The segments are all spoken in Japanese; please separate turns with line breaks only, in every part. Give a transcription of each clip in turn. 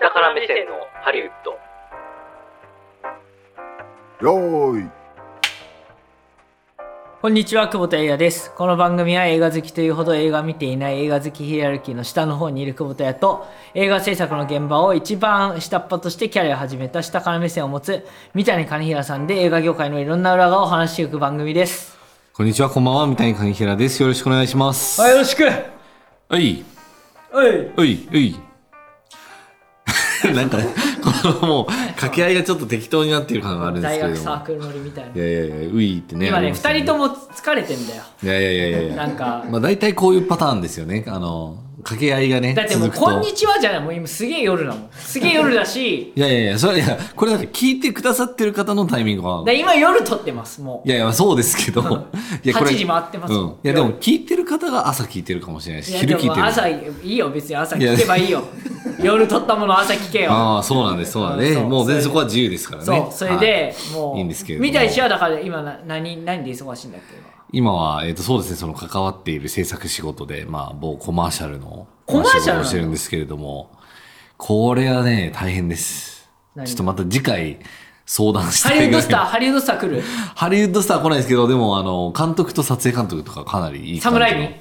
下から目線のハリウッド
よーい
こんにちは、久保田也です。この番組は映画好きというほど映画を見ていない映画好きヒエラルキーの下の方にいる久保田也と映画制作の現場を一番下っ端としてキャリアを始めた下から目線を持つ三谷兼平さんで映画業界のいろんな裏側を話していく番組です。
こんにちは、こんばんは、三谷兼平です。よろしくお願いします。
はい、よろしく
はい、
おい
はい、はい。なんか、 このもう、掛け合いがちょっと適当になってる感があるんです
大
けども。
学サークル乗りみたい
い
な。
やいやいや、ういってね。
今
あり
ね、
ますよ
二人とも疲れてんだよ。
いやいやいやいや。
なんか
まあ大体こういうパターンですよね。あの、掛け合いがね。
だってもう、
続くと
こんにちはじゃない、もう今すげえ夜だもん。すげえ夜だし、
いやいやいや、それ、いや、これだって聞いてくださってる方のタイミングは
だ。今夜撮ってます、も
いやいや、そうです けど。いや、これ。
8時回ってます
う
も
ん
ん。
いや、でも聞いてる方が朝聞いてるかもしれない
い
し、
や
昼聞いてる
でも
かもしれない。
朝いいよ別に朝聞けば いいよ夜撮ったもの朝聞けよ
ああ、そうなんです、そうなんです。
そ
ね
う
もう全然そこは自由ですからね。
そうそれで、
はい
もう
いいんですけれども
三谷氏はだから今な何何で忙しいんだっけ今
今は、えっ、と、そうですね、その関わっている制作仕事で、まあ、某コマーシャルの、
コマーシャルなの
をしてるんですけれども、これはね、大変です。
何
ちょっとまた次回、相談し
ハ
た
リウ
い
ッ
ぐら
ド
い
スターハリウッドスター来る
ハリウッドスター来ないですけど、でも、あの、監督と撮影監督とかかなりいい
サ
感
ム
じの
ライミ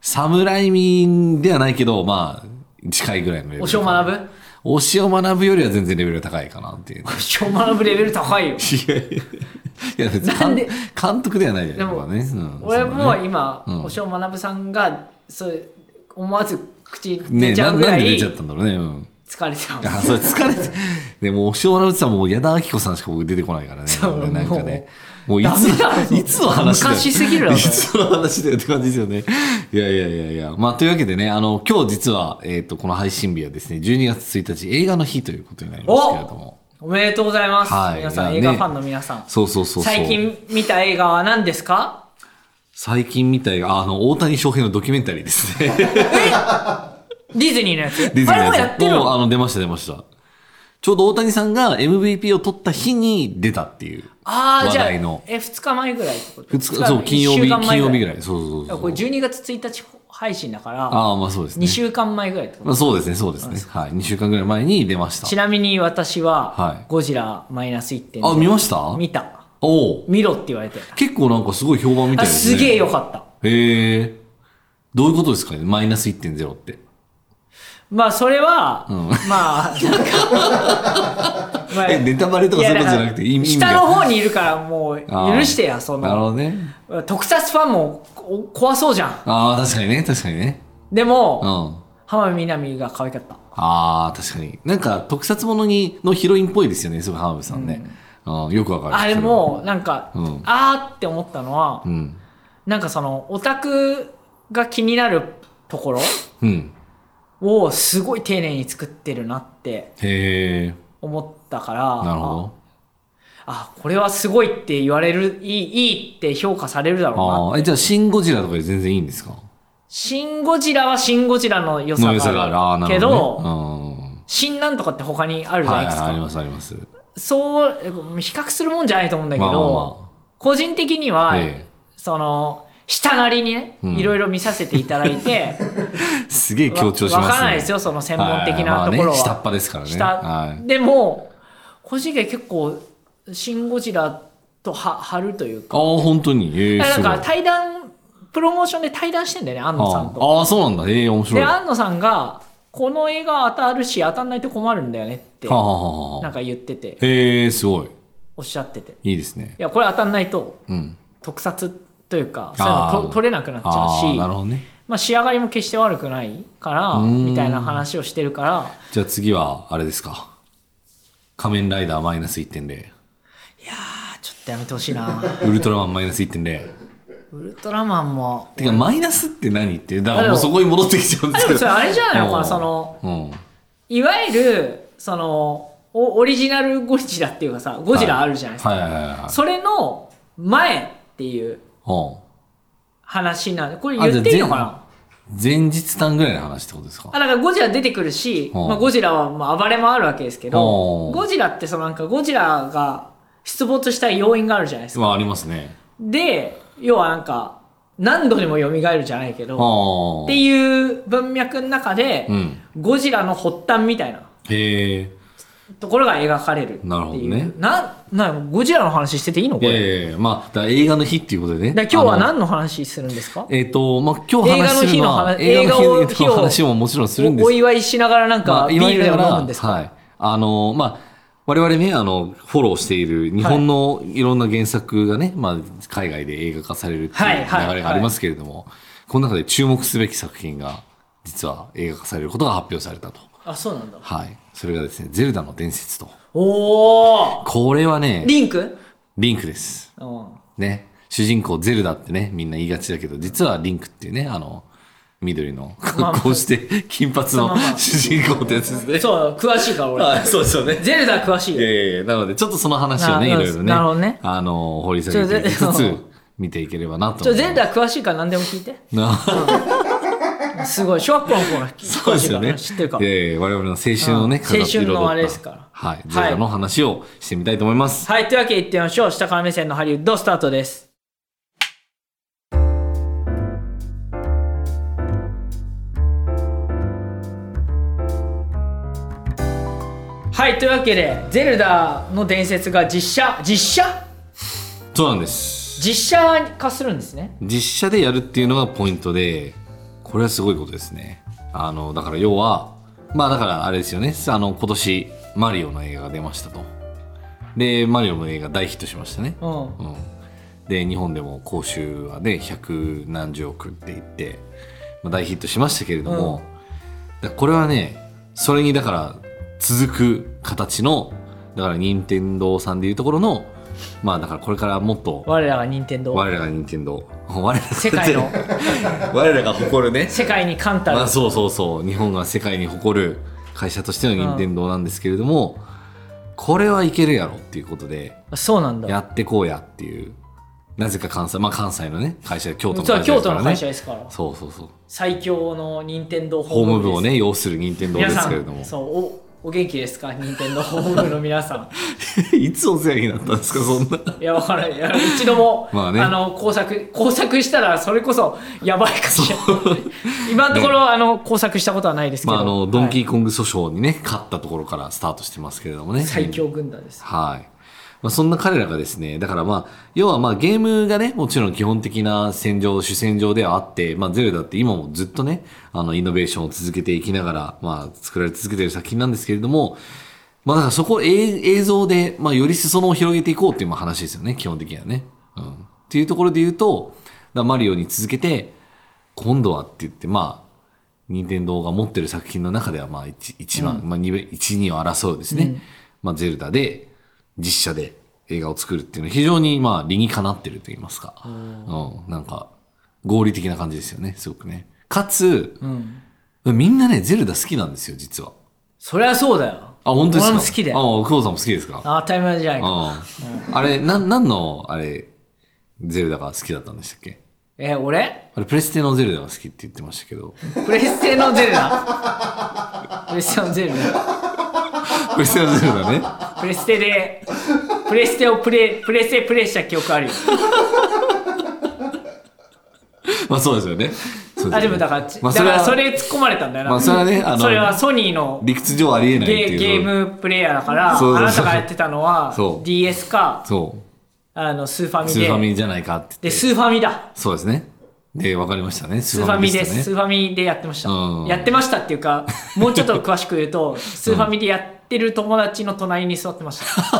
サムライミではないけど、まあ、近いぐらいのレベル。
おしを学ぶ
推しを学ぶよりは全然レベルが高いかなっていう。
おしを学ぶレベル高いよ
いやいやいや別に
なんで
監監督ではないじゃ
で
ない
も
ですかね。うん
俺
そう
も
だ
う
ね
今、
うん
おしを学ぶさんがそう思わず口
ね
出ちゃ
な
う
な
ぐら
んで
い
出ちゃっ
疲
たんだろうね。うん。
れてたもん
あ、それ疲れて。でも、押尾学ぶさんもう矢田亜希子さんしか僕出てこないからね。
そう
俺なんかね。もういつ
ダメだろ、
いつの話だよ。
昔すぎるだろ
いつの話だよって感じですよね。いやいやいやいや。まあ、というわけでね、あの、今日実は、えっ、と、この配信日はですね、12月1日映画の日ということになりますけれども。
おめでとうございます、
はい
皆さん
いや
映
ね
画ファンの皆さん、
そうそうそうそう。
最近見た映画は何ですか
最近みたいあの、大谷翔平のドキュメンタリーですね。
ディズニーのやつ
ディズニー
あれ
の
もや
や
っ
つ。
てる
もう
の
あの、出ました出ました。ちょうど大谷さんが MVP を取った日に出たっていう。
ああ、
話
じゃあ、
題
え、
の
2日前ぐらいってこと
二日、そう、金曜日、金曜日ぐら
い。
い。そうそう
だか
そ
ら
う
これ12月1日配信だから、
ああ、まあそうです
2
ね。
週間前ぐらいってこと
まあそうですね、そうですね。はい。2週間ぐらい前に出ました
ち。なみに私は
はい、
ゴジラマイナス1点。
あ、見ました
見た。
おおう。
見ろって言われて。
結構なんかすごい評判みた
あ、
いですね。
すげえ良かった。
へえ。どういうことですかねマイナス1.0って。
まあ、それは、まあ、なん か、まあ
え、ネタバレとかそういうことじゃなくて、
い
意
や
味
だから
が
下の方にいるから、もう、
あー
許してや、そ
なるほ
の。
どね。
特撮ファンもこ怖そうじゃん。
ああ、確かにね、確かにね。
で
う
も、
ん。
浜辺美波が可愛かった。
ああ、確かに。なんか、特撮ものにのヒロインっぽいですよね、すごい浜辺さんね。うん、よくわかる。
あれ
そは
も、なんか、
うん
あーって思ったのは、
うん。
なんかその、オタクが気になるところ
うん。
をすごい丁寧に作ってるなって
へえ、
思ったから、
なるほ
あ、これはすごいって言われる、いい、いいって評価されるだろう
ど。
な。
ああー、え、じゃあ、シン・ゴジラとかで全然いいんですか
シン・ゴジラはシン・ゴジラの良さ
の良さ
があ
があ
る
る。ああ、な
け
る
ど、
ほど、ね。
シンなんとかって他にあ
う
る
ん。
じゃな
は
で
いい、はい
すか。
あります、あります。
そう、比較するもんじゃないと思うんだけど、
まあまあま
個人的には、
あ。え
その、下なりにね、
うん
いろいろ見させていただいて、
えすげえ 強調しますね。
わからないですよ、その専門的な
はい
ところは。
まあね下っ端ですからね。
下
はい。
でも、個人的には結構、シン・ゴジラとは張るというか、
ああ、本当に。ええ、
だ
すご
か
い。
ら対談、プロモーションで対談してんだよね、安野さんと。
ああ、そうなんだ。ええ、面白い。
で、
は
安野さんが、この映画当たるし、当たんないと困るんだよねって
あ、、はあは
な
あ
ん
はあ、
か言ってて、
ええ、すごい。
おっしゃってて。
いいですね。
いや、これ当たんないと、
うん。
特撮というか、
あー
そういうのと取れなくなっち
あ
ゃう
あ、
し
な、るほどね。
まあ仕上がりも決して悪くないから、
ん
みたいな話をしてるから、
じゃあ次は、あれですか。仮面ライダーマイナス1.0。
あちょっとやめてほしいな。
ウルトラマンマイナス1.0。
ウルトラマンも、
てか、マイナスって何って。だからもうそこに戻ってきちゃうんです
でも
けど。
それあれじゃないのかな
うん
その、
うん。
いわゆる、その、おオリジナルゴジラっていうかさ、ゴジラあるじゃないですか。
はいはいはいはい。
それの前っていう
う
話なんで、これ
ん。あ
言っていいのかな
じゃあ前前日短ぐらいの話ってことですか
あだからゴジラ出てくるし、
うん
まあ、ゴジラはまあ暴れもあるわけですけど、
うん
ゴジラってそのなんかゴジラが出没したい要因があるじゃないですか。
まあ、ありますね。
で、要はなんか何度にも蘇るじゃないけど、
ああ。
っていう文脈の中で、
うん。
ゴジラの発端みたいな。
へえ。
ところが描かれるっていう
なるほどね
ななんゴジラの話してていいの
い
こ
や
れ、
いやいや、まあ、だから映画の日っていうことでね。
だから今日は
あの
何の話するんですか
えっ、と、まあ、今日話するのは
映画の日の話
映画の
映
日
画を
の話ももちろんするんで
おお
すけど
祝いしながらなん
ま
か
あ
ビールでも飲むんですか、
はい。あの、まあ、我々ね、あの、フォローしている日本のいろんな原作がね、まあ、海外で映画化されるっていう
はいはい
流れがありますけれども、この中で注目すべき作品が、実は映画化されることが発表されたと。
あそうなんだ
はい。それがですね、ゼルダの伝説と。
おお
これはね、
リンク、
リンクです。
うん
ね。主人公ゼルダってね、みんな言いがちだけど、実はリンクっていうね、あの、緑の格好をして、金髪
まあ
の
まあ
主人公ってやつですね。
そう詳しいから俺、
はい、そうですよね。
ゼルダ詳しい
い
よ
やいやいや、なので、ちょっとその話をね、い
な
ろいろね、
なるほどね
あの、掘り下げていきつ
ちょ
つ、見ていければなと
ちょ
思います。
ゼルダ詳しいから何でも聞いて
な
すごい小学校の頃の
そ
詳
うで
しいから
すよ
ね
ね。
知ってるから
いやいや、我々の青春をね、
うん
飾って彩
青
った
春のあれですから
はい、
い
ゼルダの話をしてみたいと思います。
はい、というわけで言ってみましょう。下から目線のハリウッドスタートです。はい、というわけで、ゼルダの伝説が実写、実写
そうなんです。
実写化するんですね。
実写でやるっていうのがポイントで、これはすごいことですね。あの、だから要は、まあだからあれですよね、あの、今年、マリオの映画が出ましたと。で、マリオの映画大ヒットしましたね。
うん。
うん、で日本でも公衆はね百何十億って言って、まあ、大ヒットしましたけれども、だからこれはねそれにだから続く形のだから任天堂さんでいうところのまあだからこれからもっと
我らが任天堂
我らが任天堂 我らが
世界の
我らが誇るね
世界に冠たる
まあ、そうそうそう日本が世界に誇る会社としての任天堂なんですけれども、これはいけるやろっていうことで
そうなんだ。
やってこうやっていう。なぜか関西、まあ関西のね、会社、京都の
実は
会社
京
です
都
から
の
ね。
会社ですから、
そうそうそう。
最強の任天堂
ホーム部
です
をね、要する任天堂で
皆
す
さ
けれども
ん、。そうおお元気ですか、任天堂ホーム部の皆さ
いつお世話になったんですか、 そんな。
ん。いや、わからないいや。一度も、
まあね
の工作、工作したら、それこそやばいかもしれない。今のところ、あの工作したことはないですけ
ま
ど、
ああの、ドンキ
はい
ーコング訴訟にね、勝ったところからスタートしてますけれどもね。
最強軍団です。
はい。まあ、そんな彼らがですね、だからまあ、要はまあゲームがね、もちろん基本的な戦場、主戦場ではあって、まあゼルダって今もずっとね、あのイノベーションを続けていきながら、まあ作られ続けている作品なんですけれども、まあだからそこをえ映像で、まあより裾野を広げていこうっていうまあ話ですよね、基本的にはね。うん。っていうところで言うと、だからマリオに続けて、今度はって言って、まあ、任天堂が持ってる作品の中では、まあ、一一番、まあ、二番一、二を争うですね。まあ、ゼルダで、実写で映画を作るっていうのは、非常に、まあ、理にかなってると言いますか。うん。なんか、合理的な感じですよね、すごくね。かつ、
うん。
みんなね、ゼルダ好きなんですよ、実は。
そりゃそうだよ。
あ、本当です
俺
か
も好きだ
あ、
よ。
久保さんも好きですか
あ当たり前じゃないか。
うん。あれ、なん、なんの、あれ、ゼルダが好きだったんでしたっけ
え、俺
あれ、プレステのゼルダが好きって言ってましたけ ど、
プレステのゼルダ。プレステのゼルダ。
プレステのゼルダね。
プレステで、プレステをプレイ、プレステプレイした記憶あるよ。
まあそうですよね。そうですよね
あ、でもだから、
ま
だ
あそ
か
れ
ら
は
それ突っ込まれたんだよな。
まあそれはねあの
それはソニーの
理屈上ありえないって
ゲ
いう。
ゲームプレイヤーだから、
そうそう
あ
そう
なたがやってたのは
そ、う
DS か、
そ
あの、スーファ
う。
ミ
スー
で。
ファミじゃないかって
で、
言って。
スーファミだ。
そうですね。で、わかりましたね。ス
スーファミです。ス
ね。
ーファミでやってました
うん。
やってましたっていうか、もうちょっと詳しく言う と、スーファミでやってる友達の隣に座ってま した。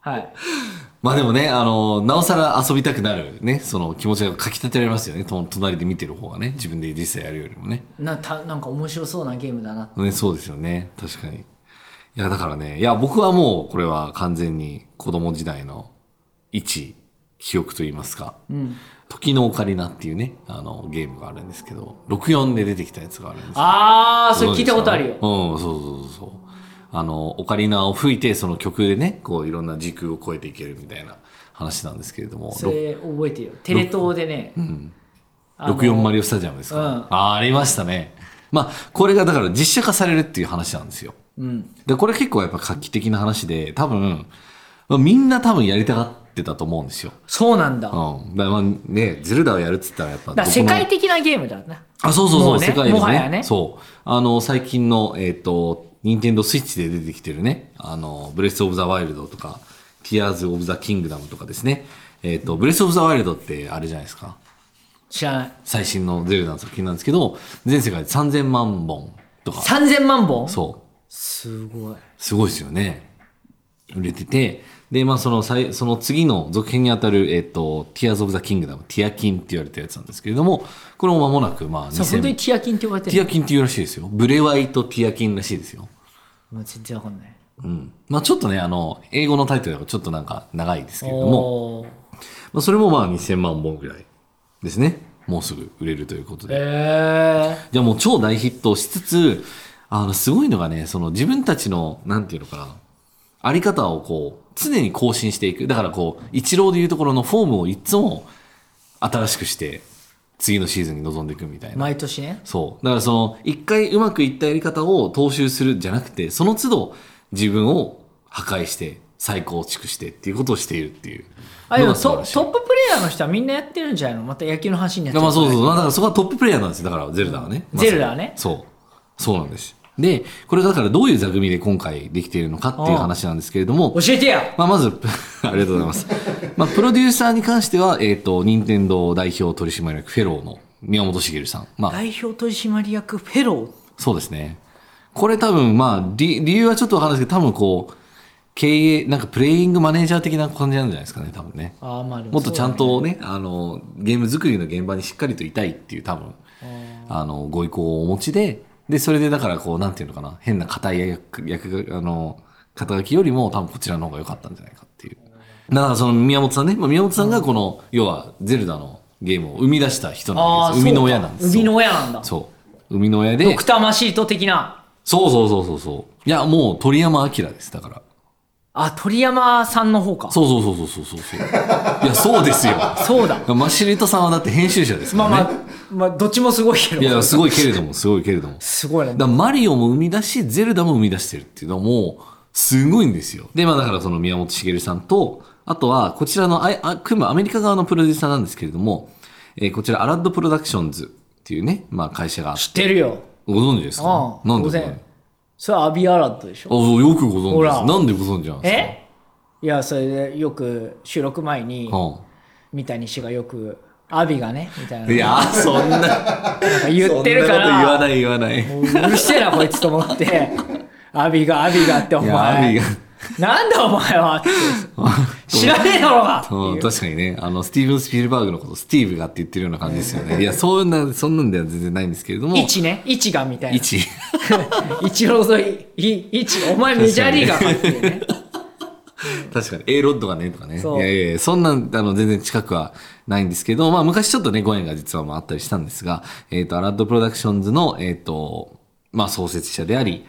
はい。
まあでもね、あの、なおさら遊びたくなるね、その気持ちがかき立てられますよね。と隣で見てる方がね、自分で実際やるよりもね。
な、た、なんか面白そうなゲームだな。
ね、そうですよね。確かに。いや、だからね、いや、僕はもう、これは完全に子供時代の一記憶といいますか、
ん
時のオカリナっていうね、あの、ゲームがあるんですけど、64で出てきたやつがあるんですけど
あー、それ聞いたことあるよ
うん。、そうそうそうそう。あの、オカリナを吹いて、その曲でね、こう、いろんな時空を超えていけるみたいな話なんですけれども、
それ覚えてるよ。テレ東でね。あの
64マリオスタジアムですか、
うん
あーありましたね。まあ、これがだから実写化されるっていう話なんですよ。
うん。
で、これ結構やっぱ画期的な話で、多分、まあみんな多分やりたがってたと思うんですよ。
そうなんだ。
うん。だからまあね、ゼルダをやるっつったらやっぱどこ
だ
の。
から世界的なゲームだな。
あ、そうそうそ
も
う、
うね
世界で
もはや
ね
ね
そう。あの、最近の、えっ、と、任天堂スイッチで出てきてるね、あの、ブレスオブザワイルドとか、ティアーズオブザキングダムとかですね。えっ、と、ブレスオブザワイルドってあれじゃないですか。
知らない。
最新のゼルダの作品なんですけど、全世界で3000万本とか。
3000万本
そう。
すごい。
すごいですよね。売れてて。で、まあ、その最、その次の続編にあたる、えっ、と、Tears of the Kingdom、ティアキンって言われたやつなんですけれども、これも間もなく、まあ、
そう本当に
2000、
ティアキンって呼ばれて
ティ
る
アキンっていうらしいですよ。ブレワイとティアキンらしいですよ。
もう全然わかんない。
うん。まあ、ちょっとね、あの、英語のタイトルがちょっとなんか長いですけれども、
おー
まあ、それもまあ、2000万本ぐらいですね。もうすぐ売れるということで。
えー。
じゃあもう超大ヒットをしつつ、あの、すごいのがね、その自分たちの、なんていうのかな、あり方をこう、常に更新していく。だからこう、一郎でいうところのフォームをいつも新しくして、次のシーズンに臨んでいくみたいな。
毎年ね。
そう。だからその、一回うまくいったやり方を踏襲するんじゃなくて、その都度自分を破壊して、再構築してっていうことをしているっていう。
あ、でも
のが素晴
ト
らしい
トッププレイヤーの人はみんなやってるんじゃないのまた野球の話になっちゃう。
まあそうそう。まあだからそこはトッププレイヤーなんですよ。だからゼルダはね。
うん
まさに
ゼルダはね
そう。そうなんです。で、これがだからどういう座組で今回できているのかっていう話なんですけれども、
教えてや
まあまず、 ありがとうございます。まあプロデューサーに関しては、えっ、と、任天堂代表取締役フェローの宮本茂さん。まあ、
代表取締役フェロー。
そうですね。これ多分まあ、理理由はちょっとわからないですけど、多分こう、経営、なんかプレイングマネージャー的な感じなんじゃないですかね、多分ね。
あーまあで
も
も
っ
そ
と
う
ち
だ
ゃ
ね
んとね、あの、ゲーム作りの現場にしっかりといたいっていう多分、あの、ご意向をお持ちで、で、それでだからこう、なんていうのかな、変な硬い役、役が、あの、肩書きよりも多分こちらの方が良かったんじゃないかっていう。だからその宮本さんね、まあ、宮本さんがこの、要はゼルダのゲームを生み出した人な
あ
ん
ー
です。生みの親なんで
そうか
す。
生みの親なんだ。
そう。生みの親で
ド、クターマシート的な。
そうそうそうそうそう。いや、もう鳥山明です、だから。
あ、鳥山さんの方か。
そうそうそうそうそうそう。いや、そうですよ。
そうだ。
マシリトさんはだって編集者ですか
ま
ら
あ
ね。
まあ、まあ、どっちもすごいけど。
いや、すごいけれども、すごいけれども。だか
すごいね。
らマリオも生み出し、ゼルダも生み出してるっていうのも、すごいんですよ。で、まあだからその宮本茂さんと、あとは、こちらのあ、あ、組むアメリカ側のプロデューサーなんですけれども、えーこちら、アラッドプロダクションズっていうね、まあ会社があって、
知ってるよ。
ご存知ですか
ああ、
なん
当
でご存知あ
然。それはアビアラットでしょ。
そうよくご存
ほ
知です。
ら
なんでご存知なんですか
えいや、それでよく収録前に、三谷氏がよく、アビがね、みたいな
うん。いやー、そん
な
な、
んか 言ってるか
そんなこと言わ
ら、
ない言わない。
もううるせえな、こいつと思って、アビが、アビがって、お
いや、アビ
前
が。。
なんだお前は って知らねえだろうがって
うん
いう
確かにね、あの、スティーブン・スピルバーグのこと、スティーブがって言ってるような感じですよね。いや、そんな、そんなんでは全然ないんですけれども。
一ね、一がみたいな。
一。
一郎ぞい、い一、お前メジャーリーガーかっていうね。
確かに、A ロッドがね、とかね。い
そう
やいやいやそんなん、あの、全然近くはないんですけど、まあ、昔ちょっとね、ご縁が実はまああったりしたんですが、えっ、と、アラッド・プロダクションズの、えっ、と、まあ、創設者であり、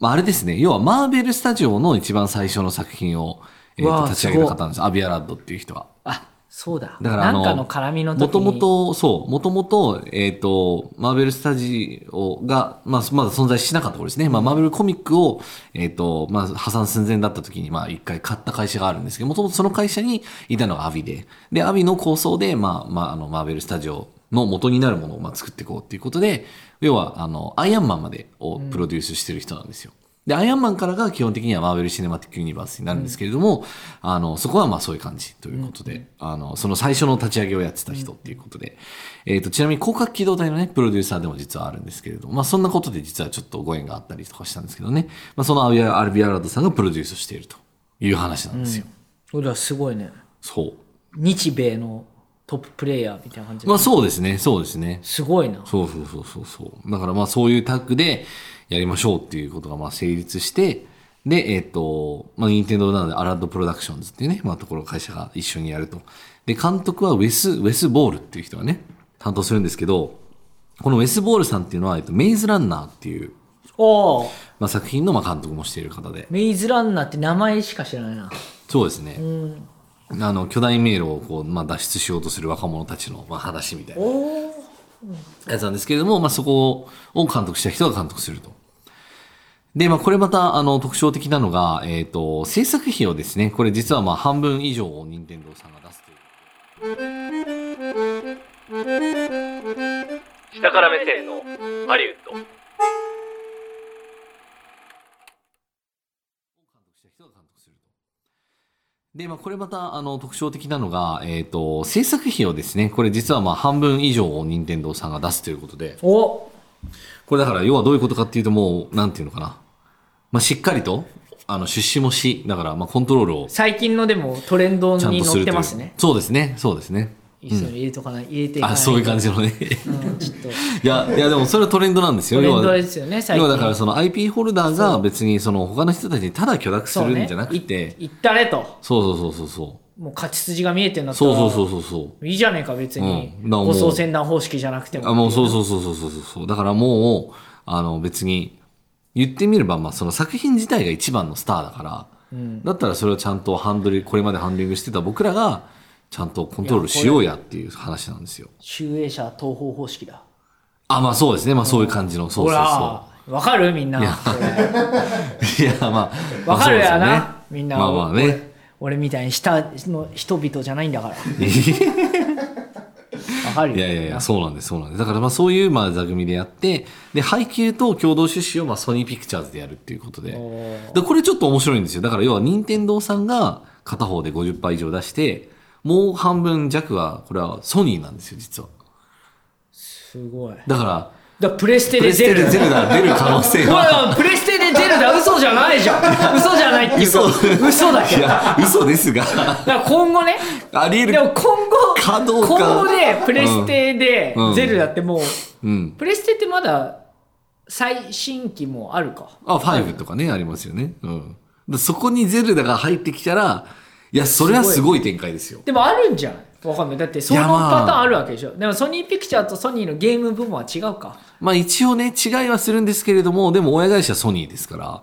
まあ、あれですね、要は、マーベル・スタジオの一番最初の作品を、えっ、
わ
と、
あ
立ち上げた方なんです。アビア・ラッドっていう人は。
あ、そうだ。
だから
な
あの
んかの絡みの時に。
もともと、そう、もともと、えっ、と、マーベルスタジオが、まあ、まだ存在しなかった頃ですね。まあ、マーベルコミックを、えっ、と、まあ、破産寸前だった時に、まあ、一回買った会社があるんですけど、もともとその会社にいたのがアビで、で、アビの構想で、まあ、まあ、あの、マーベルスタジオの元になるものを、まあ、作っていこうっていうことで、要は、あの、アイアンマンまでをプロデュースしてる人なんですよ。で、アイアンマンからが基本的にはマーベル・シネマティック・ユニバースになるんですけれども、あの、そこはまあそういう感じということで、あの、その最初の立ち上げをやってた人っていうことで、えっ、と、ちなみに広角機動隊のね、プロデューサーでも実はあるんですけれども、まあそんなことで実はちょっとご縁があったりとかしたんですけどね、まあそのアビア・アルビアラードさんがプロデュースしているという話なんですよ。
と。すごいね。
そう。
日米のトッププレイヤーみたいな感じで
まあそうですね、そうですね。
すごいな。
そうそうそうそうそう。だからまあそういうタッグでやりましょうっていうことがまあ成立して、で、えっ、と、まあ任天堂なのでアラッドプロダクションズっていうね、まあところ会社が一緒にやると。で、監督はウェス、ウェス・ボールっていう人がね、担当するんですけど、このウェス・ボールさんっていうのは、えっと、メイズランナーっていう、
おお、
まあ、作品のまあ監督もしている方で。
メイズランナーって名前しか知らないな。
そうですね。あの、巨大迷路をこう、まあ、脱出しようとする若者たちの、まあ、話みたいな。
おお。
やつなんですけれども、まあ、そこを監督した人が監督すると。で、まあ、これまた、あの、特徴的なのが、えっ、と、制作費をですね、これ実はまあ、半分以上を任天堂さんが出すという。
下から目線のハリウッド
で、まあ、これまた、あの、特徴的なのが、えっ、と、制作費をですね、これ実はまあ、半分以上を任天堂さんが出すということで、
お
これだから、要はどういうことかっていうと、もう、なんていうのかな。まあ、しっかりと、あの、出資もし、だから、まあ、コントロールを
最近のでもトレンド
ちゃん
に
とす
乗
る
っ
と
て
いう。
ますね。
そうですね、そうですね。
一緒に入れとかない、入れていかない
あ、
と
そういう感じのね。
うん、ちょっと。
いや、いや、でもそれはトレンドなんですよ。
トレン
要
ド
は
ですよね、最
要
近。
はだからその IP ホルダーが別にその他の人たちにただ許諾す
そう
る
ね
んじゃなくて、
いいったれと。
そうそうそうそうそ
もう勝ち筋が見えてるんだ
う。
ったら。
そうそうそうそうそう。
いいじゃねえか、別に。
うんだからもう
護送船団方式じゃなくても。
あもうそうそうそうそうそうそうそう。だからもう、あの別に、言ってみれば、まあその作品自体が一番のスターだから、
うん。
だったらそれをちゃんとハンドリ、これまでハンドリングしてた僕らが、ちゃんとコントロールしようやっていう話なんですよ。
集英社東方方式だ。
あ、まあそうですね。まあそういう感じの、そう
ほ
そう
ら
そ、
わかるみんな。
う。いや、まあ。
わかるやな、
まあそうですよね
みんな。
まあまあね。
俺みたいに下の人々じゃないんだから。わかるよ。
いやいやいや、そうなんです、そうなんです。だからまあそういうまあ座組でやって、で、配給と共同出資をまあソニーピクチャーズでやるっていうことで。
おー
で、これちょっと面白いんですよ。だから要は任天堂さんが片方で50%以上出して、もう半分弱は、これはソニーなんですよ、実は。
すごい。だか
だから、
らプレステ
プ
で
レス
ゼ
テ
ル
で
ダ。
ゼルダ出る可能性
ほ
は。
らプレステでゼルダ嘘じゃないじゃん。 嘘じゃないっていうか。嘘だけ
い
ど。だか
や、嘘です が、
ら今後ね。
ありえ
で
る。
も今後、
か
今
どうか
後でプレステで
うんうん
ゼルダってもう、
うん。
プレステってまだ最新機もあるか。
あ、5とかね、ありますよね。うん。でそこにゼルダが入ってきたら、いや、それはすごい展開ですよ。
でもあるんじゃん。わかんない。だってその
いやまあ
パターンあるわけでしょ。でもソニーピクチャーとソニーのゲーム部門は違うか。
まあ一応ね、違いはするんですけれども、でも親会社ソニーですから、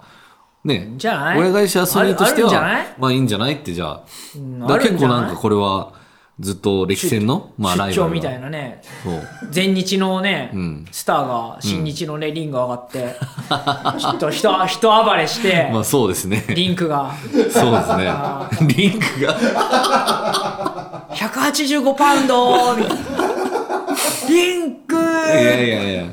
ね。
じゃない
親会社ソニーとして
あ
は、
るあるんじゃない
まあいいんじゃないってじゃあ。
うん
だから結構なんか
あ
これは、ずっと歴戦の、まあ
るんじゃ
ラ
ない出張み
イバル
たい
な。
なね。
そう。
前日のね、
うん
スターが新日のね、リング上がって、ちょっと人人暴れして、
まあそうですね。
リンクが
そうですね。リンクが、
185パウンドみたいなリンク
いやいやいや。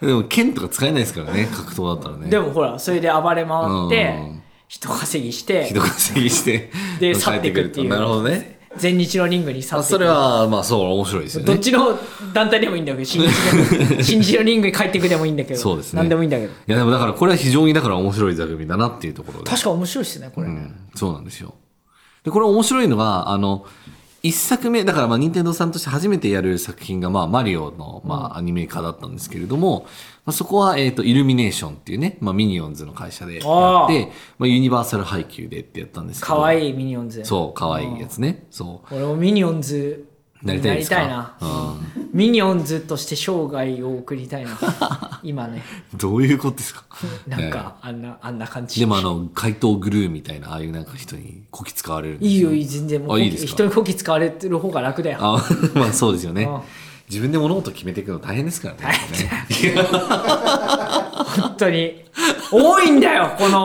でも剣とか使えないですからね、格闘だったらね。
でもほらそれで暴れ回って
うん
人稼ぎし
ひ
て
どく稼ぎして、
で
帰
去っていくっていう
なるほどね。
前日のリングに去
あ
ってい
そ
く
れは、まあそう、面白いですよ
どっ
ね。
ちの団体でもいいんだけど新日 でも新日のリングに帰っていくでもいいんだけど
そうですね
何でもいいんだけど
いやでもだからこれは非常にだから面白い座組だなっていうところで。
確か面白いですねこれ、
うん、そうなんですよ。で、これ面白いのが、あの、一作目、だからまあ、任天堂さんとして初めてやる作品が、まあ、マリオの、まあ、アニメ化だったんですけれども、まあ、そこは、えっ、と、イルミネーションっていうね、まあ、ミニオンズの会社でやって、
あ
まあ、ユニバーサル配給でってやったんですけど。
可
い。
愛いミニオンズ
そう、可愛いやつね。そう。
俺もミニオンズに
なりたいですか
な
うん
ミニオンズとして生涯を送りたい な今ね
どういうことですか
なん
ね
かあんなあんな感じ
でもあの、怪盗グルーみたいな、ああいうなんか人にこき使われるんです
いいよいい全然もう
あいいですか
人にこき使われてる方が楽だよ
あ まあそうですよね
うん。
自分で物事決めていくの大変で すからね。
本当に多いんだよこの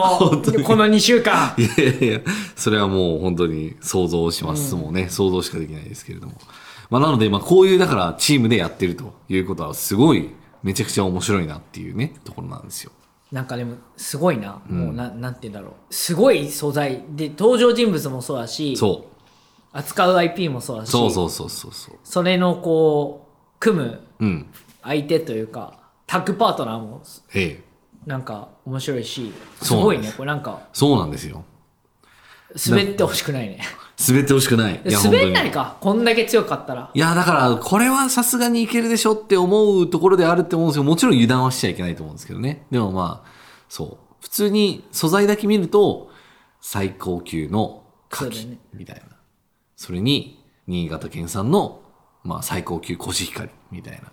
この2週間
いやいやいや、それはもう本当に想像します。もうね、想像しかできないですけれども。まあなので、まあこういうだからチームでやってるということはすごい、めちゃくちゃ面白いなっていうね、ところなんですよ。
なんかでもすごいな、もうななんて言うんだろうすごい素材で登場人物もそうだし
そ
扱う IP もそうだ
う。
し
そうそうそうそうそう。
それのこう組む
うん。
相手というかタッグパートナーも
ええ。
なんか面白いしす
そうなん
ごい
です
ねこれなんか
そうなんですよ。
滑ってほしくないね
滑ってほしくない。いや
滑んない。
本当に
かこんだけ強かったら
いや、だから、これはさすがにいけるでしょって思うところであるって思うんですけど、もちろん油断はしちゃいけないと思うんですけどね。でもまあ、そう。普通に素材だけ見ると、最高級の牡
そうだよ
蠣
ね
みたいな。そ,、れに、新潟県産の、まあ、最高級コシヒカリみたいな。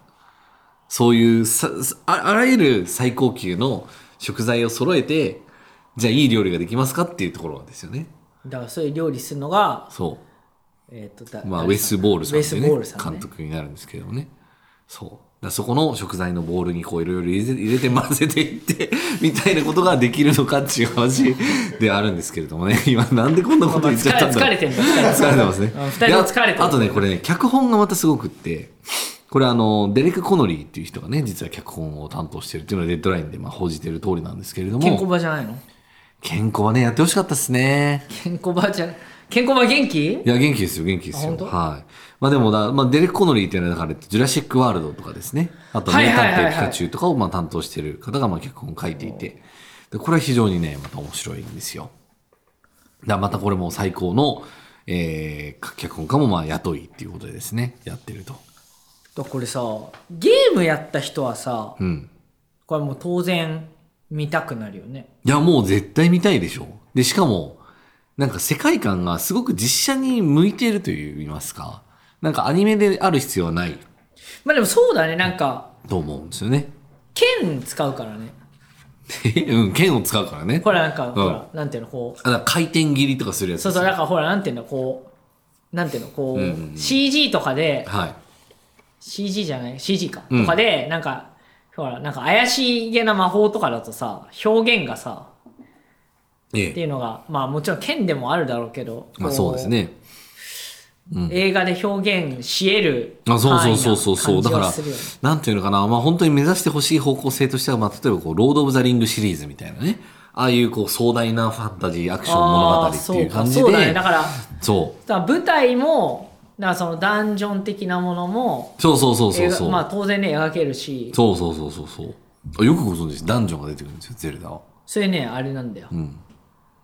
そういうさあ、あらゆる最高級の食材を揃えて、じゃあいい料理ができますかっていうところなんですよね。
だからそういう料理するのが
そう。
えっ、とだ
まあ、ウ
誰
ェス・ボールさん
ウェ
と
ス
い
ボー
う
ル
ね
さんね
監督になるんですけどもね。そう。だからそこの食材のボールにこういろいろ入れて入れて混ぜていって みたいなことができるのかっていう話であるんですけれどもね 今なんでこんなこと言っちゃったんだろう
まあまあ疲れ疲れてんだ 疲れて
疲れてますね
うん二人とも疲れてる
いやあとねこれね脚本がまたすごくってこれあのデレック・コノリーっていう人がね実は脚本を担当してるっていうのはデッドラインでまあ報じてる通りなんですけれども
ケンコバじゃないの
健康はね、やってほしかったですね。
ケンコバじゃん。ケンコバ元気
いや、元気ですよ、元気です
あ
よ。
本当
はい。まあでもだ、まあ、デレック・コノリーっていうのは、だから、ジュラシック・ワールドとかですね。あと、
はい
名
はいはいはい
探偵ピカチュウとかをまあ担当している方が、まあ、脚本を書いていて。で、これは非常にね、また面白いんですよ。だからまたこれも最高の、えー、脚本家もまあ雇いっていうことでですね、やってると。
だこれさ、ゲームやった人はさ、
うん。
これもう当然見たくなるよね。
いや、もう絶対見たいでしょ。で、しかも、なんか世界観がすごく実写に向いていると言いますか。なんかアニメである必要はない
まあでもそうだね、なんか、
と思うんですよね。
剣使うからね。
え うん、剣を使うからね。
ほらなんか、
ん
ほら、なんていうの、こう、
あだから回転切りとかするやつ。
そうそう、なんかほら、なんていうの、こう、なんていうの、こう、
うんうんうん
CG とかで、
はい。
CG じゃない ?CG か。
うん
とかで、なんか、ほら、なんか怪しげな魔法とかだとさ、表現がさ、
え
って
え。
いうのが、まあもちろん剣でもあるだろうけど、
まあ
こ
そうです。ね。うん
映画で表現し得る
あそうそうそうそう
範
そ
囲
う。だ
な感じ
から
はするよね、
なんていうのかな。まあ本当に目指してほしい方向性としては、まあ例えばこう、ロード・オブ・ザ・リングシリーズみたいなね。ああいうこう、壮大なファンタジー、アクション物語
あー
って
そ
いうう
か
感じで。
そうだねだから
そ
だから舞台もだからそのダンジョン的なものも
うそうそうそうそうそ
描
う。
まあ当然ね描けるし
そうそうそうそうそう。あよくご存知です。ダンジョンが出てくるんですよ、ゼルダは。
それねあれなんだよ、
うん。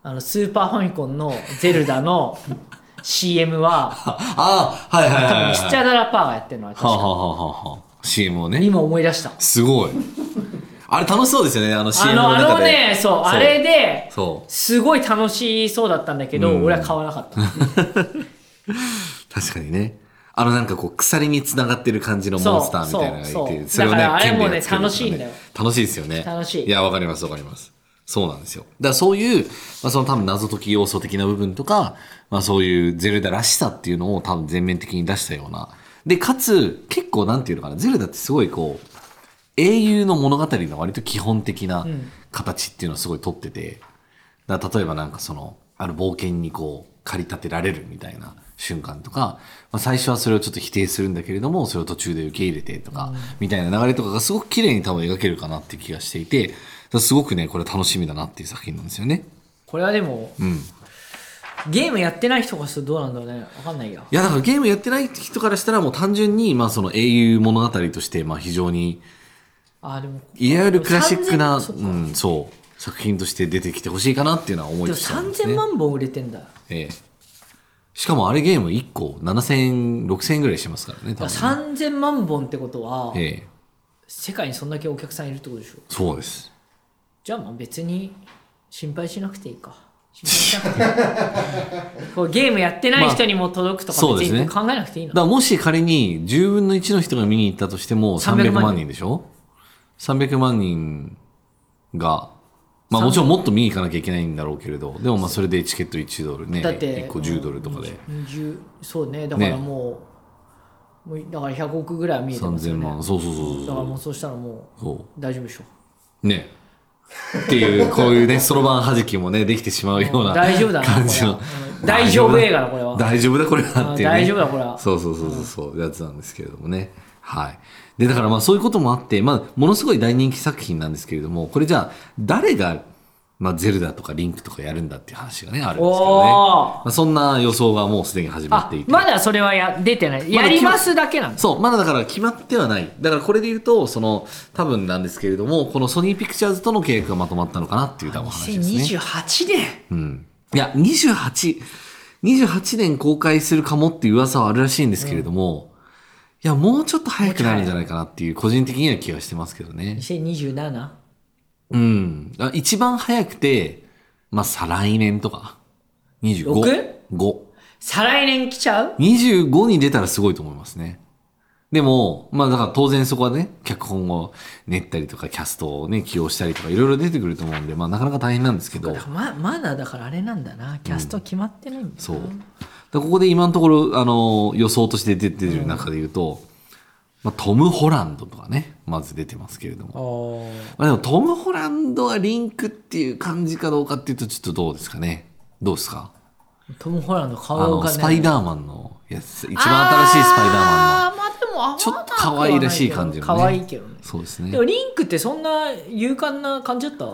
あのスーパーファミコンの「ゼルダ」 の CM は
ああ、はいはい
多
はい、は
分
い。
スチャダラパーがやってるのは確
はあ、は
か
あはあはあ、CM をね。
今思い出した
すごい。あれ楽しそうですよね、あの
あ
CM
の
の
あ
中
の
で。
ねそうあれで
そう。
すごい楽しそうだったんだけど、
うん
俺は買わなかった
確かにね。あのなんかこう、鎖に繋がってる感じの
そう
モンスターみたいなのがい
そう
て、れを
だからあれ
剣で
もね
やっつけるとか
楽しいんだよ。
楽しいですよね。
楽しい
いや、わかります、わかります。そうなんですよ。だからそういう、まあその多分謎解き要素的な部分とか、まあそういうゼルダらしさっていうのを多分全面的に出したような。で、かつ、結構なんていうのかな、ゼルダってすごいこう、英雄の物語の割と基本的な形っていうのをすごい取ってて、だから例えばなんかその、ある冒険にこう、駆り立てられるみたいな瞬間とか、まあ、最初はそれをちょっと否定するんだけれども、それを途中で受け入れてとか、みたいな流れとかがすごく綺麗に多分描けるかなっていう気がしていて、だからすごくね、これ楽しみだなっていう作品なんですよね。
これはでも
うん。
ゲームやってない人からするとどうなんだろうねわかんないや
いや、だからゲームやってない人からしたらもう単純に、まあその英雄物語として、まあ非常に、
あでも
いわゆるクラシックな、
3000
うん、そう、作品として出てきてほしいかなっていうのは思い
でも
ましたんです
3000
ね。
万本売れてんだよ
ええ。しかもあれゲーム1個7000円、6000円ぐらいしますからね、多分ね
3000万本ってことは、
ええ。
世界にそんだけお客さんいるってことでしょ
そうです。
じゃあまあ別に心配しなくていいか心配しなくてい いこうゲームやってない人にも届くと
ま
か
あ
別
そう
に
です
考えなくていいの、
だからもし仮に10分の1の人が見に行ったとしても
300万
300
人
万人でしょ ?300 万人が、まあもちろんもっと見に行かなきゃいけないんだろうけれど、でもまあそれでチケット1ドルね、
だって
1個10ドルとかで
20そうねだから
ね
もう,、もうだから100億ぐらいは見えてますよ
3000
ね
万、そうそうそう
だ
そ
からも
う
うそうしたらもう
そ
大丈夫でしょ
う。ね。って いう、こういうね、そろばん弾きもね、できてしまうような
大丈夫だなこれ
感じ
は
の。
うん大丈夫映画だこれは
大丈夫だこれはっていう、ね、
大丈夫だこれは
そうそうそうそうそうやつなんですけれどもねはいでだからまあそういうこともあって、まあ、ものすごい大人気作品なんですけれどもこれじゃあ誰が、まあ、ゼルダとかリンクとかやるんだっていう話がねあるんですけどね、
おー
まあ、そんな予想がもうすでに始まっ
あ
ていて
まだそれはや出てない
ま
や
だ決ま
りますだけなんです
そう、まだだから決まってはない。だからこれで言うと、その、多分なんですけれども、このソニーピクチャーズとの契約がまとまったのかなっていう多分話ですね。
2028年
うん。いや、28、28年公開するかもっていう噂はあるらしいんですけれども、いや、もうちょっと早くなるんじゃないかなっていう、個人的には気がしてますけどね。
2027?
うん。あ一番早くて、まあ、再来年とか。25
六。
5。
再来年来ちゃう
25に出たらすごいと思いますね。でも、まあだから当然そこはね、脚本を練ったりとか、キャストをね、起用したりとか、いろいろ出てくると思うんで、まあなかなか大変なんですけど。
ままだだからあれなんだなキャスト決まってないんだな、
そう。でここで今のところ、あの、予想として出てる中で言うと、まあ、トム・ホランドとかね、まず出てますけれども。まあ、でもトム・ホランドはリンクっていう感じかどうかっていうと、ちょっとどうですかね。どうですか
トム・ホランの
あ
顔
の、
がね
スパイダーマンのやつ、一番新しいスパイダーマンの。
あーまあでもあんま
ちょっと可愛らしい感じのね
可愛いけどね
そうです
で
ね
も。リンクってそんな勇敢な感じだった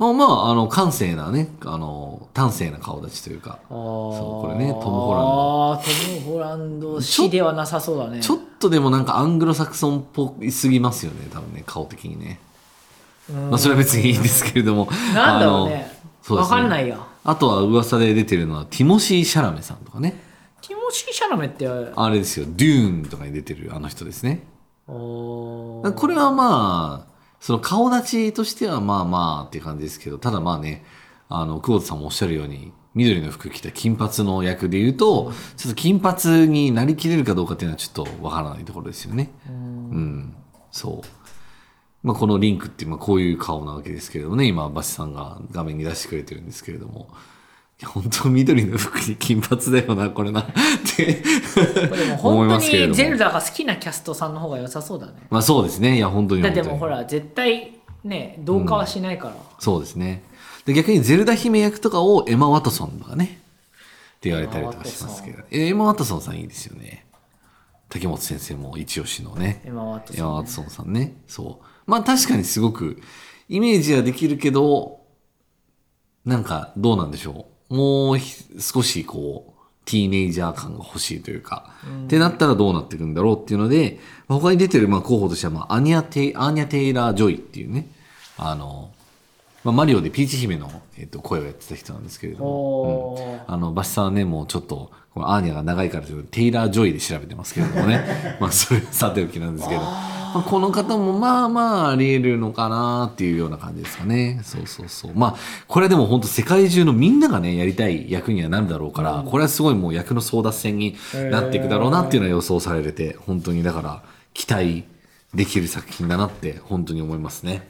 あまあ、あの、感性なね、あの、端正な顔立ちというか、
そう
これねトムホラン
ド。あートム・ホランド氏ではなさそうだね。
ちょっとでもなんかアングロサクソンっぽいすぎますよね、多分ね、顔的にね。
うん
まあ、それは別にいいんですけれども。
なんだろうね。
あのそうで
わ
すね
かんないや。
あとは噂で出てるのは、ティモシー・シャラメさんとかね。
ティモシー・シャラメって、あ
あれですよ、デューンとかに出てるあの人ですね。
ー
これはまあ、その顔立ちとしてはまあまあっていう感じですけど、ただまあね、あの、久保田さんもおっしゃるように、緑の服着た金髪の役で言うと、ちょっと金髪になりきれるかどうかっていうのはちょっとわからないところですよね。
うん
うん。そう。まあ、このリンクっていう、まあ、こういう顔なわけですけれどもね、今、バシさんが画面に出してくれてるんですけれども。いや、本当緑の服に金髪だよな、これな。って。
これでも
思
本
い
当
ますけれど
に
も
ゼルダが好きなキャストさんの方が良さそうだね。
まあ、そうですね。いや、本当に
だ
本
っ
当
て
に。
もうほら、絶対ね、同化はしないから。
そうですね。で、逆にゼルダ姫役とかをエマ・ワトソンとかね、って言われたりとかしますけど。えエマ・ワトソンさんいいですよね。竹本先生も一押しのね。
エマ・ワト
エマ・
ソン
ワトソンさんね。そう。まあ確かにすごくイメージはできるけど、なんかどうなんでしょう。もうひ少しこう、ティーネイジャー感が欲しいというか、ってなったらどうなっていくんだろうっていうので、まあ他に出てるまあ候補としては、まあ、アニアテイ、アーニャ・テイラー・ジョイっていうね、あの、まあ、マリオでピーチ姫の、えっと声をやってた人なんですけれども、
おー
あの、バシさんはね、もうちょっと、このアーニャが長いからということでテイラー・ジョイで調べてますけれども ね。まあ、それはさておきなんですけど。まあ、この方もまあまああり得るのかなっていうような感じですかね。そうそうそう。まあ、これでも本当世界中のみんながね、やりたい役にはなるだろうから、これはすごいもう役の争奪戦になっていくだろうなっていうのは予想されてて、本当にだから期待できる作品だなって本当に思いますね。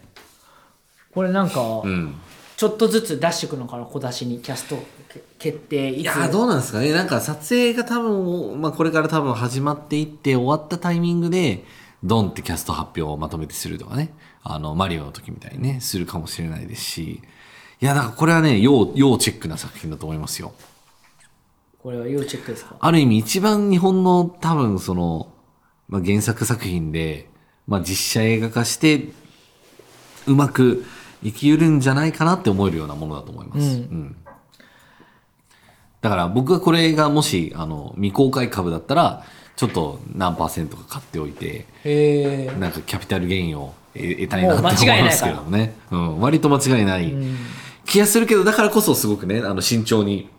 これなんか、
うん。
ちょっとずつ出してくのかな、小出しにキャストけ決定、い
い
つ
やーどうなんですかねなんか撮影が多分、まあ、これから多分始まっていって終わったタイミングでドンってキャスト発表をまとめてするとかねあのマリオの時みたいにねするかもしれないですしいやだからこれはね要要チェックな作品だと思いますよ
これは要チェックですか
ある意味一番日本の多分その、まあ、原作作品で、まあ、実写映画化してうまく生きうるんじゃないかなって思えるようなものだと思います。
うん
うんだから僕がこれがもしあの未公開株だったらちょっと何パーセントか買っておいて
へえ。
なんかキャピタルゲインを得得たいなって思いますけどもね、うん、割と間違いない気がするけどだからこそすごくねあの慎重に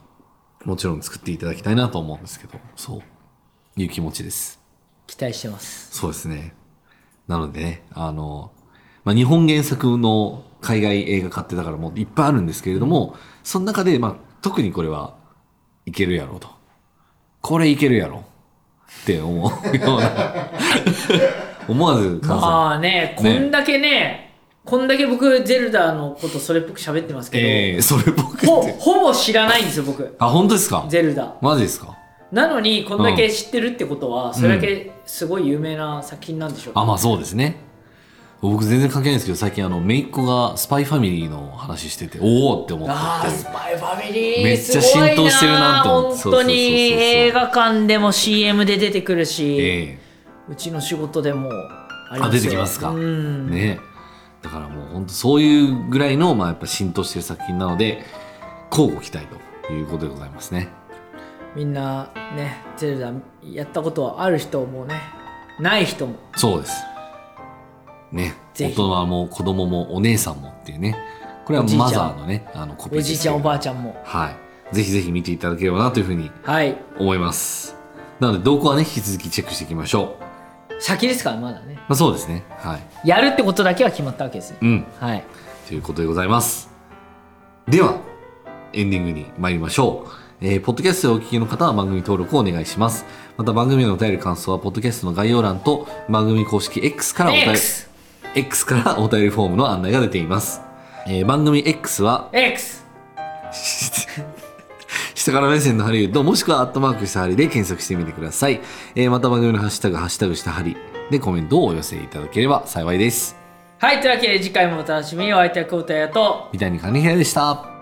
もちろん作っていただきたいなと思うんですけどそういう気持ちです
期待してます。
そうですねなのでねあの、まあ、日本原作の海外映画化ってだからもういっぱいあるんですけれども、その中で、まあ、特にこれはいけるやろうとこれいけるやろって思うような 思わず感想
まあね、こんだけね、こんだけ僕、ゼルダのことそれっぽく喋ってますけど、
ええそれ僕って。
ほほぼ知らないんですよ、僕、
あ、本当ですか
ゼルダ。
マジですか
なのに、こんだけ知ってるってことは、それだけすごい有名な作品なんでしょう、
あ、まあそうですね。僕全然関係ないんですけど、最近あの、姪っ子がスパイファミリーの話してて、おおって思った
あ
っ
ー
てい
ス
う。
パイファミリー
めっちゃ浸透してるなと思って
すごいなー本当に
そうそうそうそうそう
映画館でも CM で出てくるし、
え
うちの仕事でもありますよ
あ出てきますか
うん
えねえだからもう本当そういうぐらいの、まあやっぱ浸透してる作品なので、交互期待ということでございますね。
みんなねゼルダやったことはある人もねない人も
そうです。ね。
ぜ
大
ひ
人も子供もお姉さんもっていうね。これは
おじいちゃん
マザーのね、あの、コピー
お
です
じい
け
ちゃ
れ
ん
ど
おばあちゃんも
はい。ぜひぜひ見ていただければなというふうに
はい
思います。なので動向はね、引き続きチェックしていきましょう。ま
先ですからまだね
あそうですね。はい。
やるってことだけは決まったわけですね
うん。
はい
ということでございます。では、エンディングに参りましょう。えーポッドキャストをお聞きの方は番組登録をお願いします。また番組へのお便り感想は、ポッドキャストの概要欄と番組公式 X からお便り、
X
X からお便りフォームの案内が出ています。えー番組 X は、
X
下から目線のハリウッドもしくはアットマークしたハリで検索してみてください、えーまた番組のハッシュタグ「ハッシュタグしたハリ」でコメントをお寄せいただければ幸いです
はいというわけで次回もお楽しみにお相手は久保田彩と
三谷金平でした